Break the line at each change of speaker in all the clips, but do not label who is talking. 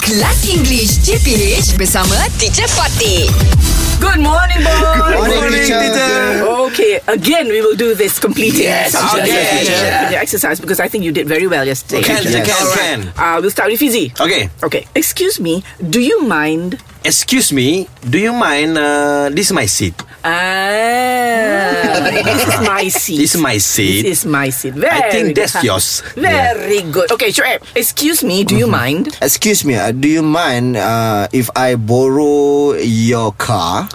Kelas English CPH bersama Teacher Fatih.
Good morning, boys. Good
morning, teacher.
Okay, again, we will do this completing
Yes,
subject,
teacher. Yes, teacher.
completing exercise because I think you did very well yesterday.
Can,
Yes.
can,
All
can.
Uh, we'll start with Fizzy.
Okay.
Okay. Excuse me. Do you mind?
Excuse me, do you mind? Uh, this is my seat.
Ah, this is my seat.
This is my
This
seat.
is my seat. Very
I think
good.
that's yours.
Very good. Okay, sure. Excuse me. Do you
Mm-hmm.
mind?
Excuse me, uh, do you mind uh, if I borrow your car?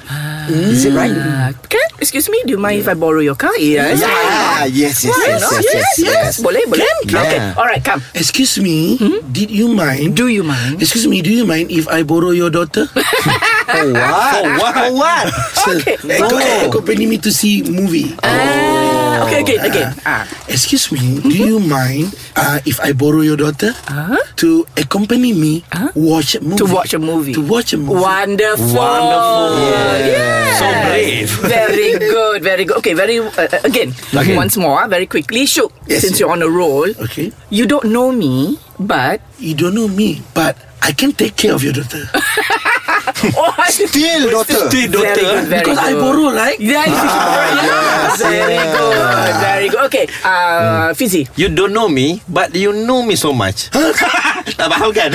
Is it right?
Uh, can, excuse me. Do you mind if I borrow your car? Yes.
Yeah, yes, yes,
Why
yes,
not?
Ah. yes, yes, yes.
Boleh, boleh. Okay.
Yeah.
All right. Come.
Excuse me,
Hmm?
did you mind?
Do you mind?
Excuse me, do you mind if I borrow your daughter?
For what? For what? For what?
Okay.
Acco- eh, Accompany me to see movie.
Ah, Mm-hmm. okay, again, again. Ah,
Excuse me, do you mind uh, if I borrow your daughter to accompany me watch a movie?
Ah. to watch a movie.
To watch a movie.
Wonderful.
Wonderful.
Yes.
So brave.
very good. Very good. Okay. Very uh, uh, again. Once more. ah, Very quickly. Shook.
Yes.
Since you're on a roll,
Okay.
you don't know me, but
You don't know me, but I can take care of your daughter.
oh, I-
Still, daughter.
Very
Still,
good,
daughter.
very
because I
good.
borrow, right?
Yeah, you- yeah, very good, very good. Okay, uh, Fizzy.
You don't know me, but you know me so much. tak faham kan?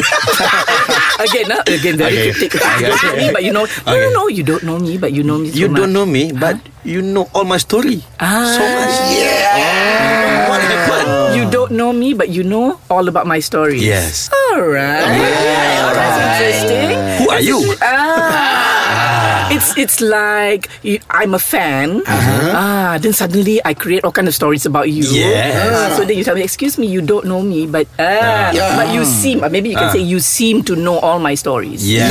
Again, ah, again, very
Okay.
cryptic. You don't know me, but you know. No, no,
Okay.
no, you don't know me, but you know me. So
you
much.
don't know me, but you know all my story.
Ah.
So much. Yeah. What happened?
You don't know me, but you know all about my story.
Yes.
All right. That's interesting.
Who are you?
Ah. It's it's like you, I'm a fan. Ah, then suddenly I create all kind of stories about you.
Uh-huh. Yes.
Ah, so then you tell me, excuse me, you don't know me, but ah, but you seem. Or maybe you
Ah.
can say you seem to know all my stories.
Yeah.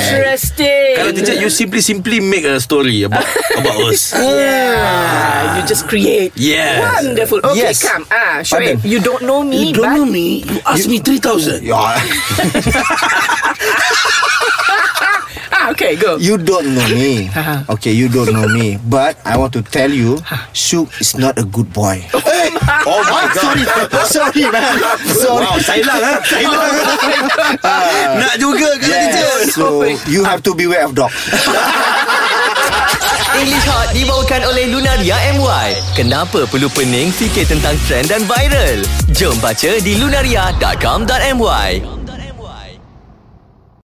Interesting.
Kalau teacher, you simply simply make a story about about us.
Ah, you just create.
Yes.
Wonderful. Okay,
Yes.
come. Ah, Shoaib,
Pardon.
you don't know me,
You don't
but
know me, you ask me 3,000.
Yeah.
ah, okay, go.
You don't know me.
Uh-huh.
Okay, you don't know me. But I want to tell you, Shuk is not a good boy.
Oh my god.
Sorry, sorry, man. Sorry.
Wow, saya lah. lah. Saya lah. Nak juga ke teacher?
Yes, so you have to beware of dog.
English Hot dibawakan oleh Lunaria MY. Kenapa perlu pening fikir tentang trend dan viral? Jom baca di lunaria.com.my.